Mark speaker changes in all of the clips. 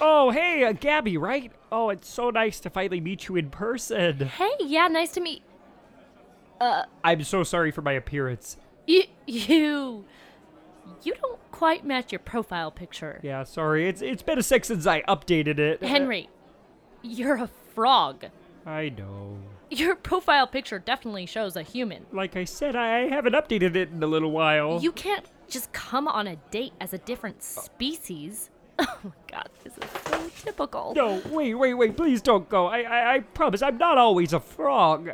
Speaker 1: Oh, hey, uh, Gabby, right? Oh, it's so nice to finally meet you in person.
Speaker 2: Hey, yeah, nice to meet
Speaker 1: I'm so sorry for my appearance.
Speaker 2: you. You, you don't quite match your profile picture.
Speaker 1: Yeah, sorry. It's it's been a sec since I updated it.
Speaker 2: Henry, you're a frog.
Speaker 1: I know.
Speaker 2: Your profile picture definitely shows a human.
Speaker 1: Like I said, I haven't updated it in a little while.
Speaker 2: You can't just come on a date as a different species. Oh my god, this is so typical.
Speaker 1: No, wait, wait, wait. Please don't go. I, I, I promise I'm not always a frog.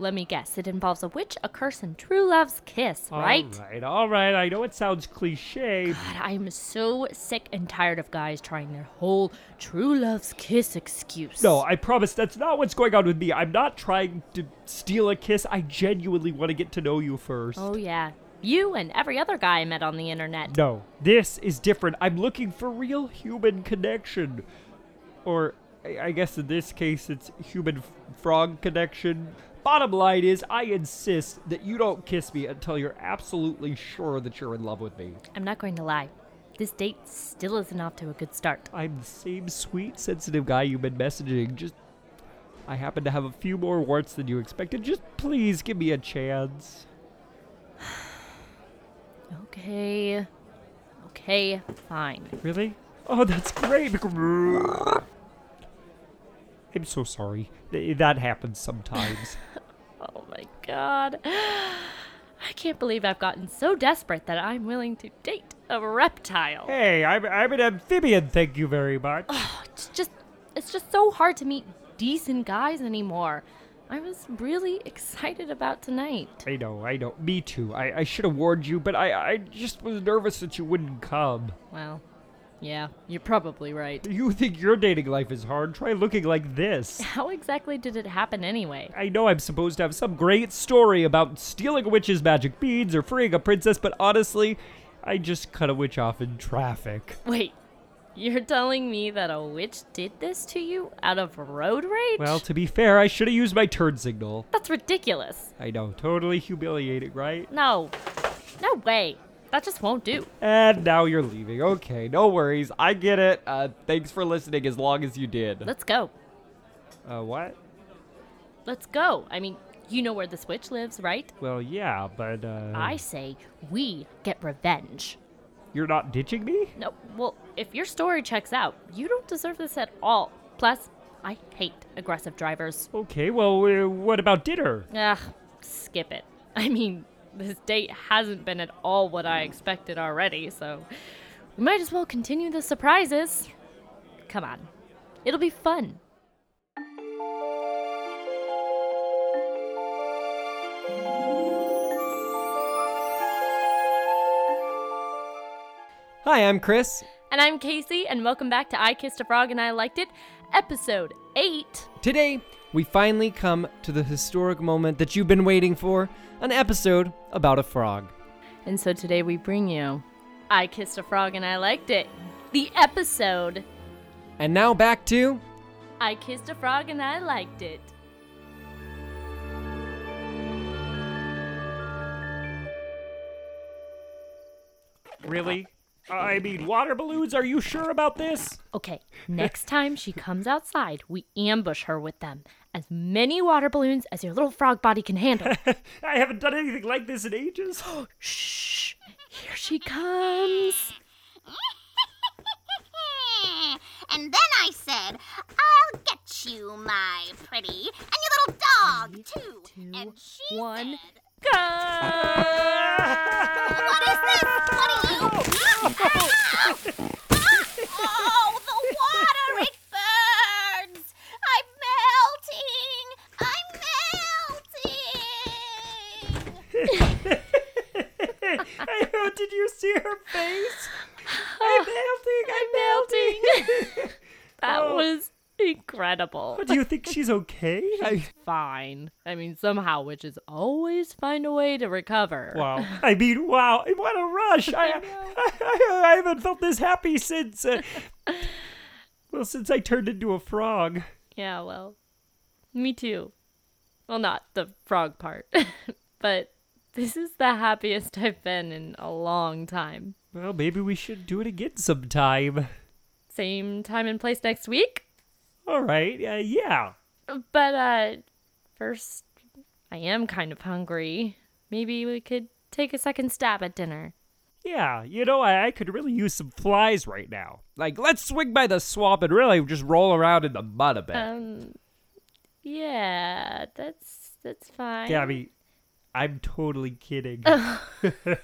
Speaker 2: Let me guess, it involves a witch, a curse, and true love's kiss, right?
Speaker 1: All right, all right. I know it sounds cliche.
Speaker 2: God, I'm so sick and tired of guys trying their whole true love's kiss excuse.
Speaker 1: No, I promise that's not what's going on with me. I'm not trying to steal a kiss. I genuinely want to get to know you first.
Speaker 2: Oh yeah. You and every other guy I met on the internet.
Speaker 1: No, this is different. I'm looking for real human connection. Or, I I guess in this case, it's human f- frog connection. Bottom line is, I insist that you don't kiss me until you're absolutely sure that you're in love with me.
Speaker 2: I'm not going to lie. This date still isn't off to a good start.
Speaker 1: I'm the same sweet, sensitive guy you've been messaging. Just. I happen to have a few more warts than you expected. Just please give me a chance.
Speaker 2: Okay. Okay, fine.
Speaker 1: Really? Oh, that's great. I'm so sorry. Th- That happens sometimes.
Speaker 2: Oh my god. I can't believe I've gotten so desperate that I'm willing to date a reptile.
Speaker 1: hey, I'm, I'm an amphibian, thank you very much.
Speaker 2: It's just it's just so hard to meet decent guys anymore. I was really excited about tonight.
Speaker 1: I know, I know. Me too. I, I should have warned you, but I, I just was nervous that you wouldn't come.
Speaker 2: Well, yeah, you're probably right.
Speaker 1: You think your dating life is hard? Try looking like this.
Speaker 2: How exactly did it happen anyway?
Speaker 1: I know I'm supposed to have some great story about stealing a witch's magic beads or freeing a princess, but honestly, I just cut a witch off in traffic.
Speaker 2: Wait, you're telling me that a witch did this to you out of road rage?
Speaker 1: Well, to be fair, I should have used my turn signal.
Speaker 2: that's ridiculous.
Speaker 1: I know, totally humiliating, right?
Speaker 2: No. No way. That just won't do.
Speaker 1: And now you're leaving. Okay, no worries. I get it. Uh, thanks for listening as long as you did.
Speaker 2: Let's go.
Speaker 1: Uh, what?
Speaker 2: Let's go. I mean, you know where this witch lives, right?
Speaker 1: Well, yeah, but, uh.
Speaker 2: I say we get revenge.
Speaker 1: You're not ditching me?
Speaker 2: No, well, if your story checks out, you don't deserve this at all. Plus, I hate aggressive drivers.
Speaker 1: Okay, well, uh, what about dinner?
Speaker 2: Ugh, skip it. I mean, this date hasn't been at all what I expected already, so we might as well continue the surprises. Come on, it'll be fun.
Speaker 3: Hi, I'm Chris.
Speaker 2: And I'm Casey, and welcome back to I Kissed a Frog and I Liked It, episode 8.
Speaker 3: Today, we finally come to the historic moment that you've been waiting for an episode about a frog.
Speaker 2: And so today we bring you I Kissed a Frog and I Liked It, the episode
Speaker 3: And now back to
Speaker 2: I Kissed a Frog and I Liked It.
Speaker 1: Really? I mean, water balloons, are you sure about this?
Speaker 2: Okay, next time she comes outside, we ambush her with them. As many water balloons as your little frog body can handle.
Speaker 1: I haven't done anything like this in ages.
Speaker 2: Shh! Here she comes!
Speaker 4: and then I said, I'll get you, my pretty, and your little dog, too. and she
Speaker 2: one,
Speaker 4: said,
Speaker 2: go!
Speaker 4: What is this? What are you? Ah! oh, the water, it burns! I'm melting! I'm melting!
Speaker 1: Did you see her face? I'm melting. I'm melting. Oh,
Speaker 2: That was incredible.
Speaker 1: Do you think she's okay? I,
Speaker 2: Fine. I mean, somehow witches always find a way to recover.
Speaker 1: wow. I mean, wow. What a rush. I, I, I, I haven't felt this happy since, uh, well, since I turned into a frog.
Speaker 2: Yeah, well, me too. Well, not the frog part, but this is the happiest I've been in a long time.
Speaker 1: Well, maybe we should do it again sometime.
Speaker 2: Same time and place next week.
Speaker 1: All right. Uh, yeah.
Speaker 2: But uh first I am kind of hungry. Maybe we could take a second stab at dinner.
Speaker 1: Yeah. You know, I, I could really use some flies right now. Like, let's swing by the swamp and really just roll around in the mud a bit.
Speaker 2: Um yeah, that's that's fine.
Speaker 1: Gabby, I'm totally kidding.
Speaker 2: Thank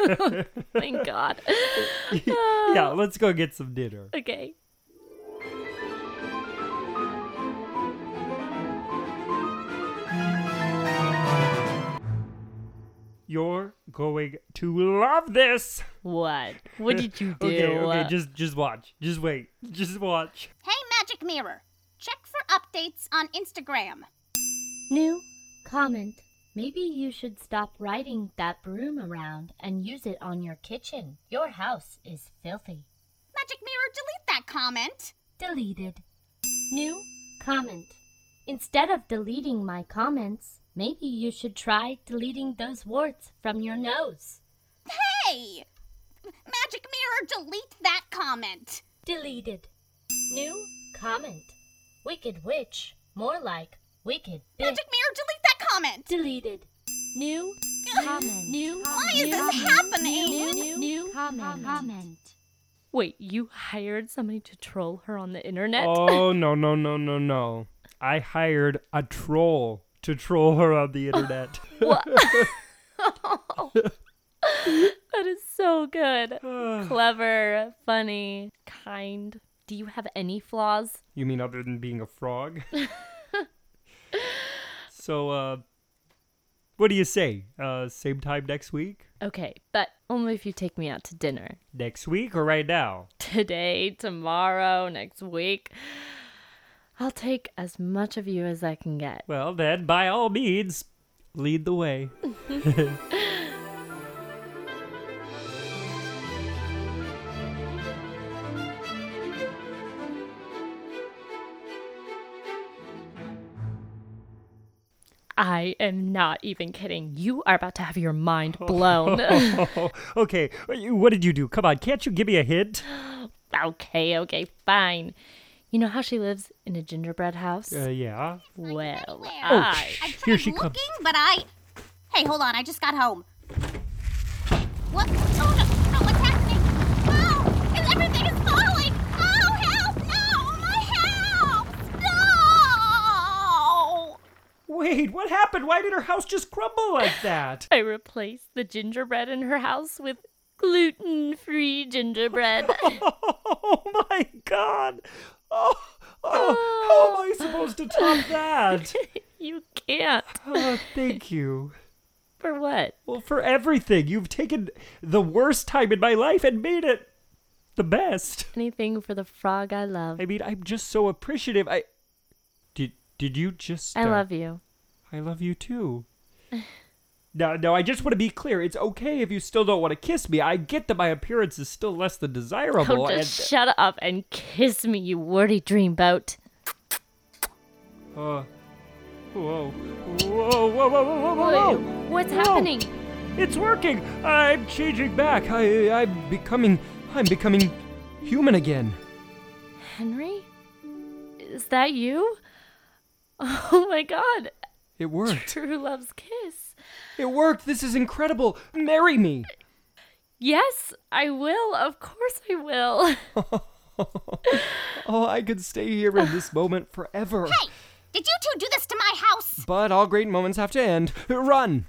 Speaker 2: God.
Speaker 1: yeah, let's go get some dinner.
Speaker 2: okay.
Speaker 1: You're going to love this.
Speaker 2: What? What did you do? uh.
Speaker 1: Okay, okay, just just watch. Just wait. Just watch.
Speaker 4: Hey, Magic Mirror, check for updates on Instagram.
Speaker 5: New comment. Maybe you should stop riding that broom around and use it on your kitchen. Your house is filthy.
Speaker 4: Magic Mirror, delete that comment.
Speaker 5: Deleted. New comment. Instead of deleting my comments, maybe you should try deleting those warts from your nose.
Speaker 4: Hey! Magic Mirror, delete that comment.
Speaker 5: Deleted. New comment. Wicked witch. More like wicked bitch.
Speaker 4: Magic Mirror, delete that comment.
Speaker 5: Deleted. New comment. New
Speaker 4: Why is this happening?
Speaker 5: new comment.
Speaker 2: Wait, you hired somebody to troll her on the internet?
Speaker 1: Oh no no no no no! I hired a troll to troll her on the internet.
Speaker 2: That is so good.
Speaker 1: Ah.
Speaker 2: Clever, funny, kind. Do you have any flaws?
Speaker 1: you mean other than being a frog? so, uh, what do you say? Uh, same time next week?
Speaker 2: Okay, but only if you take me out to dinner.
Speaker 1: Next week or right now?
Speaker 2: Today, tomorrow, next week. I'll take as much of you as I can get.
Speaker 1: Well, then, by all means, lead the way.
Speaker 2: I am not even kidding. You are about to have your mind blown.
Speaker 1: okay, what did you do? Come on, can't you give me a hint?
Speaker 2: okay, okay, fine. You know how she lives in a gingerbread house?
Speaker 1: Uh, yeah. Oh.
Speaker 2: well,
Speaker 4: Where?
Speaker 2: I.
Speaker 4: I
Speaker 1: Here
Speaker 4: tried
Speaker 1: she
Speaker 4: looking,
Speaker 1: comes.
Speaker 4: but I. Hey, hold on. I just got home. What? Oh no! No, what's happening? Oh, and everything is falling. Oh help! No, my house! No!
Speaker 1: Wait, what happened? Why did her house just crumble like that?
Speaker 2: I replaced the gingerbread in her house with gluten free gingerbread.
Speaker 1: Oh my god! Oh, oh, how am I supposed to top that?
Speaker 2: you can't.
Speaker 1: Oh, thank you.
Speaker 2: For what?
Speaker 1: Well, for everything. You've taken the worst time in my life and made it the best.
Speaker 2: Anything for the frog I love.
Speaker 1: I mean, I'm just so appreciative. I did. Did you just?
Speaker 2: I
Speaker 1: uh,
Speaker 2: love you.
Speaker 1: I love you too. No, no, I just want to be clear. It's okay if you still don't want to kiss me. I get that my appearance is still less than desirable.
Speaker 2: Oh, just shut up and kiss me, you wordy dreamboat.
Speaker 1: and, uh, whoa. Whoa, whoa, whoa, whoa, whoa, whoa, whoa.
Speaker 2: What's
Speaker 1: Whoa.
Speaker 2: happening?
Speaker 1: It's working. I'm changing back. I, I'm becoming, I'm becoming human again.
Speaker 2: Henry? Is that you? Oh my god.
Speaker 1: It worked.
Speaker 2: True love's kiss.
Speaker 1: It worked. This is incredible. Marry me.
Speaker 2: Yes, I will. Of course I will.
Speaker 1: Oh, I could stay here in this moment forever.
Speaker 4: Hey, did you two do this to my house?
Speaker 6: But all great moments have to end. Run!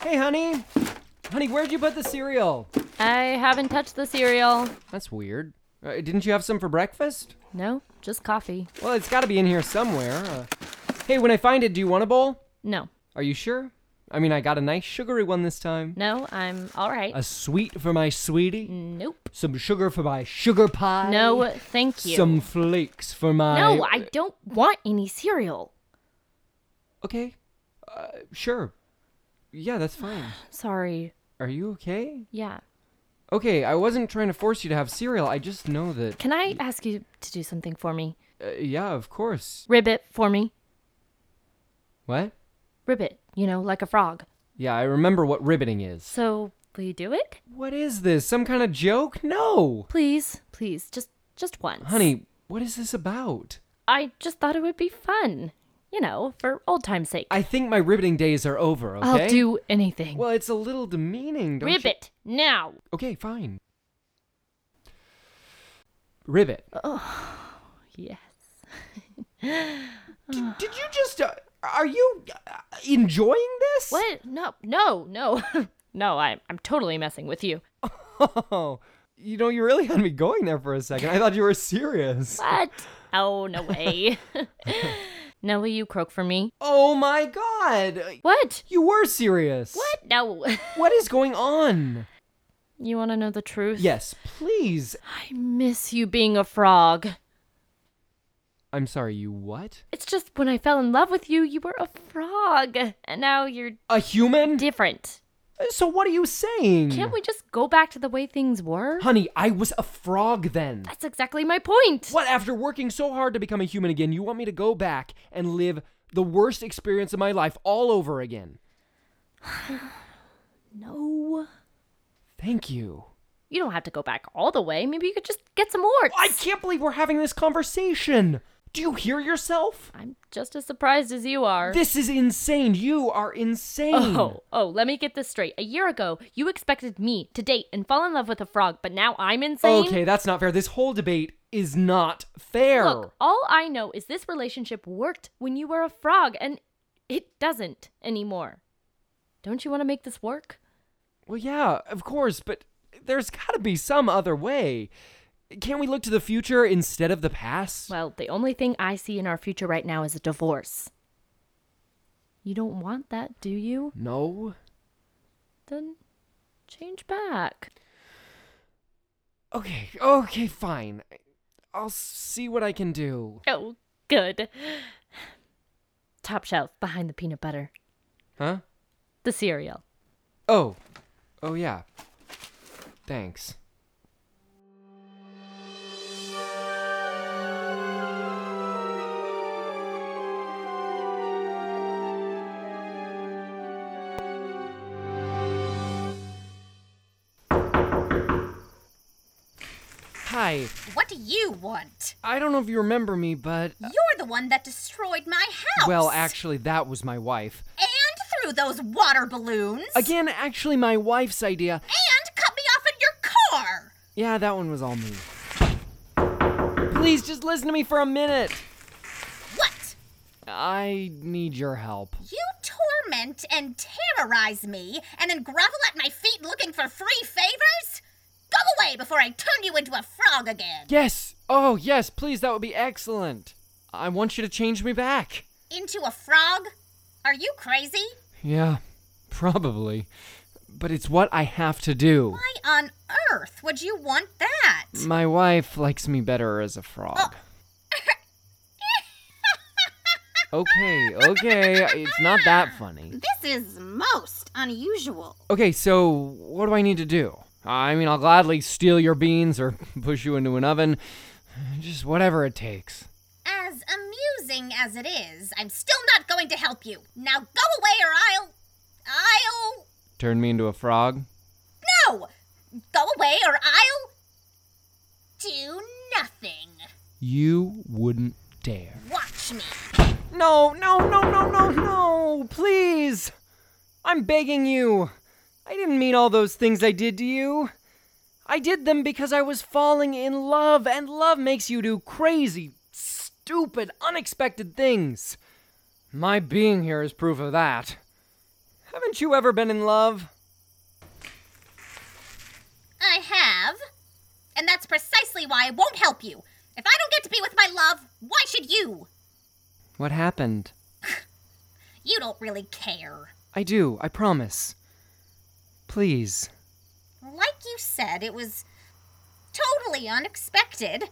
Speaker 6: Hey, honey! Honey, where'd you put the cereal?
Speaker 2: I haven't touched the cereal.
Speaker 6: That's weird. Uh, didn't you have some for breakfast?
Speaker 2: No, just coffee.
Speaker 6: Well, it's gotta be in here somewhere. Uh, hey, when I find it, do you want a bowl?
Speaker 2: No,
Speaker 6: Are you sure? I mean, I got a nice sugary one this time.
Speaker 2: no, I'm all right.
Speaker 6: A sweet for my sweetie.
Speaker 2: nope.
Speaker 6: Some sugar for my sugar pie.
Speaker 2: No, thank you.
Speaker 6: Some flakes for my.
Speaker 2: no, I don't want any cereal.
Speaker 6: Okay. Uh, sure. Yeah, that's fine.
Speaker 2: Sorry.
Speaker 6: Are you okay?
Speaker 2: Yeah.
Speaker 6: Okay, I wasn't trying to force you to have cereal. I just know that.
Speaker 2: Can I ask you to do something for me?
Speaker 6: Uh, yeah, of course.
Speaker 2: Ribbit for me.
Speaker 1: What?
Speaker 2: Ribbit, you know, like a frog.
Speaker 1: Yeah, I remember what ribbiting is.
Speaker 2: So, will you do it?
Speaker 1: What is this? Some kind of joke? No!
Speaker 2: Please, please, just just once.
Speaker 1: Honey, what is this about?
Speaker 2: I just thought it would be fun. You know, for old time's sake.
Speaker 1: I think my ribbiting days are over, okay?
Speaker 2: I'll do anything.
Speaker 1: Well, it's a little demeaning, don't you-
Speaker 2: Ribbit, now.
Speaker 1: Okay, fine. Ribbit.
Speaker 2: Uh, Yes.
Speaker 1: did, did you just. Uh, are you uh, enjoying this?
Speaker 2: What? No, no, no. no, I, I'm totally messing with you.
Speaker 1: Oh, you know, you really had me going there for a second. I thought you were serious.
Speaker 2: What? Oh, no way. now, will you croak for me?
Speaker 1: Oh my god!
Speaker 2: What?
Speaker 1: You were serious.
Speaker 2: What? No.
Speaker 1: What is going on?
Speaker 2: you want to know the truth?
Speaker 1: Yes, please.
Speaker 2: I miss you being a frog.
Speaker 1: I'm sorry, you what?
Speaker 2: It's just when I fell in love with you, you were a frog. And now you're
Speaker 1: A human?
Speaker 2: different.
Speaker 1: So what are you saying?
Speaker 2: Can't we just go back to the way things were?
Speaker 1: Honey, I was a frog then.
Speaker 2: That's exactly my point.
Speaker 1: What, after working so hard to become a human again, you want me to go back and live the worst experience of my life all over again?
Speaker 2: No.
Speaker 1: Thank you.
Speaker 2: You don't have to go back all the way. Maybe you could just get some orts.
Speaker 1: I can't believe we're having this conversation. Do you hear yourself?
Speaker 2: I'm just as surprised as you are.
Speaker 1: This is insane. You are insane.
Speaker 2: Oh, oh, let me get this straight. A year ago, you expected me to date and fall in love with a frog, but now I'm insane?
Speaker 1: Okay, that's not fair. This whole debate is not fair.
Speaker 2: Look, all I know is this relationship worked when you were a frog, and it doesn't anymore. Don't you want to make this work?
Speaker 1: Well, yeah, of course, but there's got to be some other way. Can't we look to the future instead of the past?
Speaker 2: Well, the only thing I see in our future right now is a divorce. You don't want that, do you?
Speaker 1: No.
Speaker 2: Then change back.
Speaker 1: Okay, okay, fine. I'll see what I can do.
Speaker 2: Oh, good. Top shelf behind the peanut butter,
Speaker 1: Huh?
Speaker 2: the cereal.
Speaker 1: Oh. Oh, yeah. Thanks. Hi.
Speaker 4: What do you want?
Speaker 1: I don't know if you remember me, but.
Speaker 4: You're the one that destroyed my house.
Speaker 1: Well, actually, that was my wife.
Speaker 4: And threw those water balloons.
Speaker 1: Again, actually, my wife's idea.
Speaker 4: And cut me off in your car.
Speaker 1: Yeah, that one was all me. Please just listen to me for a minute.
Speaker 4: What?
Speaker 1: I need your help.
Speaker 4: You torment and terrorize me and then grovel at my feet looking for free favors? Go away before I turn you into a frog again.
Speaker 1: Yes. Oh, yes, please. That would be excellent. I want you to change me back.
Speaker 4: Into a frog? Are you crazy?
Speaker 1: Yeah, probably. But it's what I have to do.
Speaker 4: Why on earth would you want that?
Speaker 1: My wife likes me better as a frog. Okay, okay. It's not that funny.
Speaker 4: This is most unusual.
Speaker 1: Okay, so what do I need to do? I mean, I'll gladly steal your beans or push you into an oven. Just whatever it takes.
Speaker 4: As amusing as it is, I'm still not going to help you. Now go away or I'll. I'll.
Speaker 1: Turn me into a frog?
Speaker 4: No! Go away or I'll. Do nothing.
Speaker 1: You wouldn't dare.
Speaker 4: Watch me.
Speaker 1: No, no, no, no, no, no! Please! I'm begging you! I didn't mean all those things I did to you. I did them because I was falling in love, and love makes you do crazy, stupid, unexpected things. My being here is proof of that. Haven't you ever been in love?
Speaker 4: I have. And that's precisely why I won't help you. If I don't get to be with my love, why should you?
Speaker 1: What happened?
Speaker 4: You don't really care.
Speaker 1: I do, I promise. Please.
Speaker 4: Like you said, it was totally unexpected.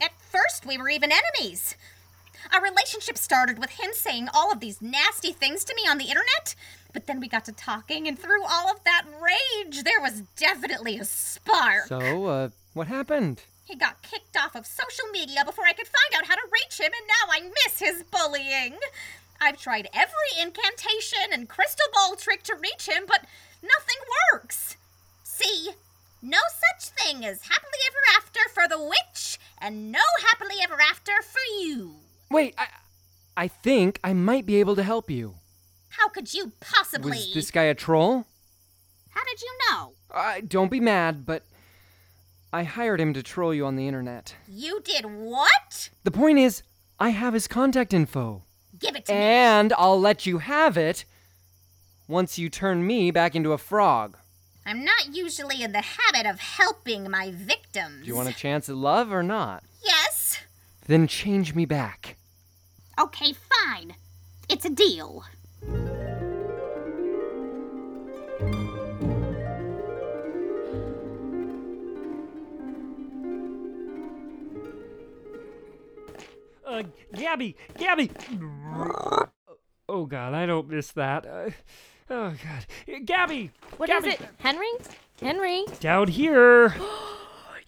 Speaker 4: At first, we were even enemies. Our relationship started with him saying all of these nasty things to me on the internet, but then we got to talking, and through all of that rage, there was definitely a spark.
Speaker 1: So, uh, what happened?
Speaker 4: he got kicked off of social media before I could find out how to reach him, and now I miss his bullying. I've tried every incantation and crystal ball trick to reach him, but nothing works. See, no such thing as happily ever after for the witch, and no happily ever after for you.
Speaker 1: Wait, I, I think I might be able to help you.
Speaker 4: How could you possibly?
Speaker 1: Was this guy a troll?
Speaker 4: How did you know?
Speaker 1: Uh, don't be mad, but I hired him to troll you on the internet.
Speaker 4: You did what?
Speaker 1: The point is, I have his contact info.
Speaker 4: Give it to me.
Speaker 1: And I'll let you have it once you turn me back into a frog.
Speaker 4: I'm not usually in the habit of helping my victims.
Speaker 1: Do you want a chance at love or not?
Speaker 4: Yes.
Speaker 1: Then change me back.
Speaker 4: Okay, fine. It's a deal.
Speaker 7: Uh, Gabby, Gabby. Oh God, I don't miss that. Uh, oh God, Uh, Gabby,
Speaker 2: What is
Speaker 7: Gabby,
Speaker 2: it? Henry? Henry?
Speaker 7: down here.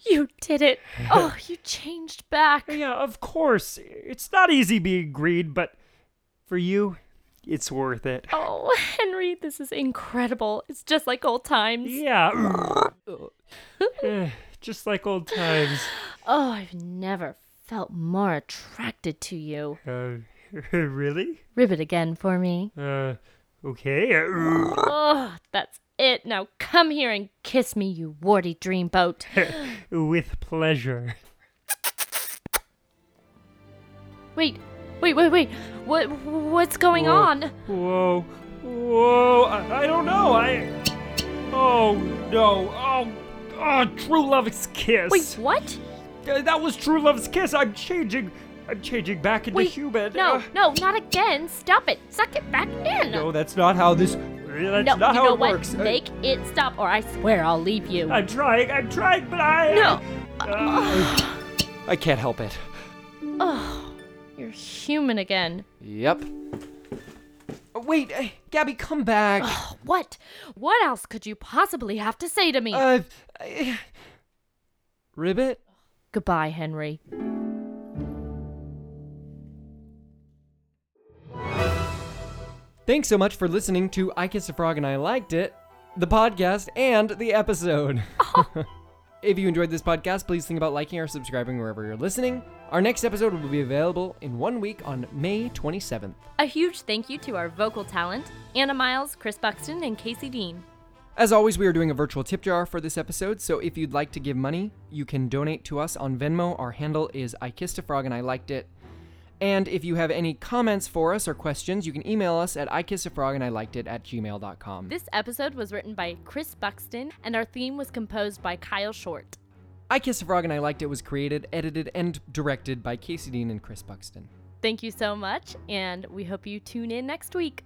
Speaker 2: You did it. Oh, you changed back.
Speaker 7: yeah, of course. It's not easy being green, but for you, it's worth it.
Speaker 2: Oh, Henry, this is incredible. It's just like old times.
Speaker 7: Yeah. Eh, Just like old times.
Speaker 2: Oh, I've never felt more attracted to you.
Speaker 7: Uh, really?
Speaker 2: Ribbit again for me.
Speaker 7: Uh, okay. Uh,
Speaker 2: Oh, that's it. Now come here and kiss me, you warty dreamboat.
Speaker 7: with pleasure.
Speaker 2: Wait, wait, wait, wait. What what's going
Speaker 7: Whoa.
Speaker 2: on?
Speaker 7: Whoa, whoa! I, I don't know. I. Oh no! Oh, oh! True love's kiss.
Speaker 2: Wait, what?
Speaker 7: Uh, that was true love's kiss. I'm changing. I'm changing back into
Speaker 2: Wait,
Speaker 7: human.
Speaker 2: No,
Speaker 7: Uh,
Speaker 2: no, not again. Stop it. Suck it back in.
Speaker 7: no, that's not how this. uh, That's
Speaker 2: No,
Speaker 7: not
Speaker 2: you
Speaker 7: how
Speaker 2: know
Speaker 7: it
Speaker 2: what?
Speaker 7: works. Uh,
Speaker 2: Make it stop, or I swear I'll leave you.
Speaker 7: I'm trying. I'm trying, but I.
Speaker 2: no.
Speaker 7: Uh,
Speaker 1: I can't help it.
Speaker 2: Oh, you're human again.
Speaker 1: Yep. Oh, Wait, uh, Gabby, come back.
Speaker 2: What? What else could you possibly have to say to me?
Speaker 1: Uh, I- Ribbit?
Speaker 2: Goodbye, Henry.
Speaker 1: Thanks so much for listening to I Kissed a Frog and I Liked It, the podcast, and the episode. if you enjoyed this podcast, please think about liking or subscribing wherever you're listening. Our next episode will be available in one week on May 27th.
Speaker 2: A huge thank you to our vocal talent, Anna Miles, Chris Buxton, and Casey Dean.
Speaker 1: As always, we are doing a virtual tip jar for this episode, so if you'd like to give money, you can donate to us on Venmo. Our handle is I Kissed a Frog and I Liked It. And if you have any comments for us or questions, you can email us at I Kissed a Frog and I Liked It at gmail.com.
Speaker 2: This episode was written by Chris Buxton, and our theme was composed by Kyle Short.
Speaker 1: I Kissed a Frog and I Liked It was created, edited, and directed by Casey Dean and Chris Buxton.
Speaker 2: Thank you so much, and we hope you tune in next week.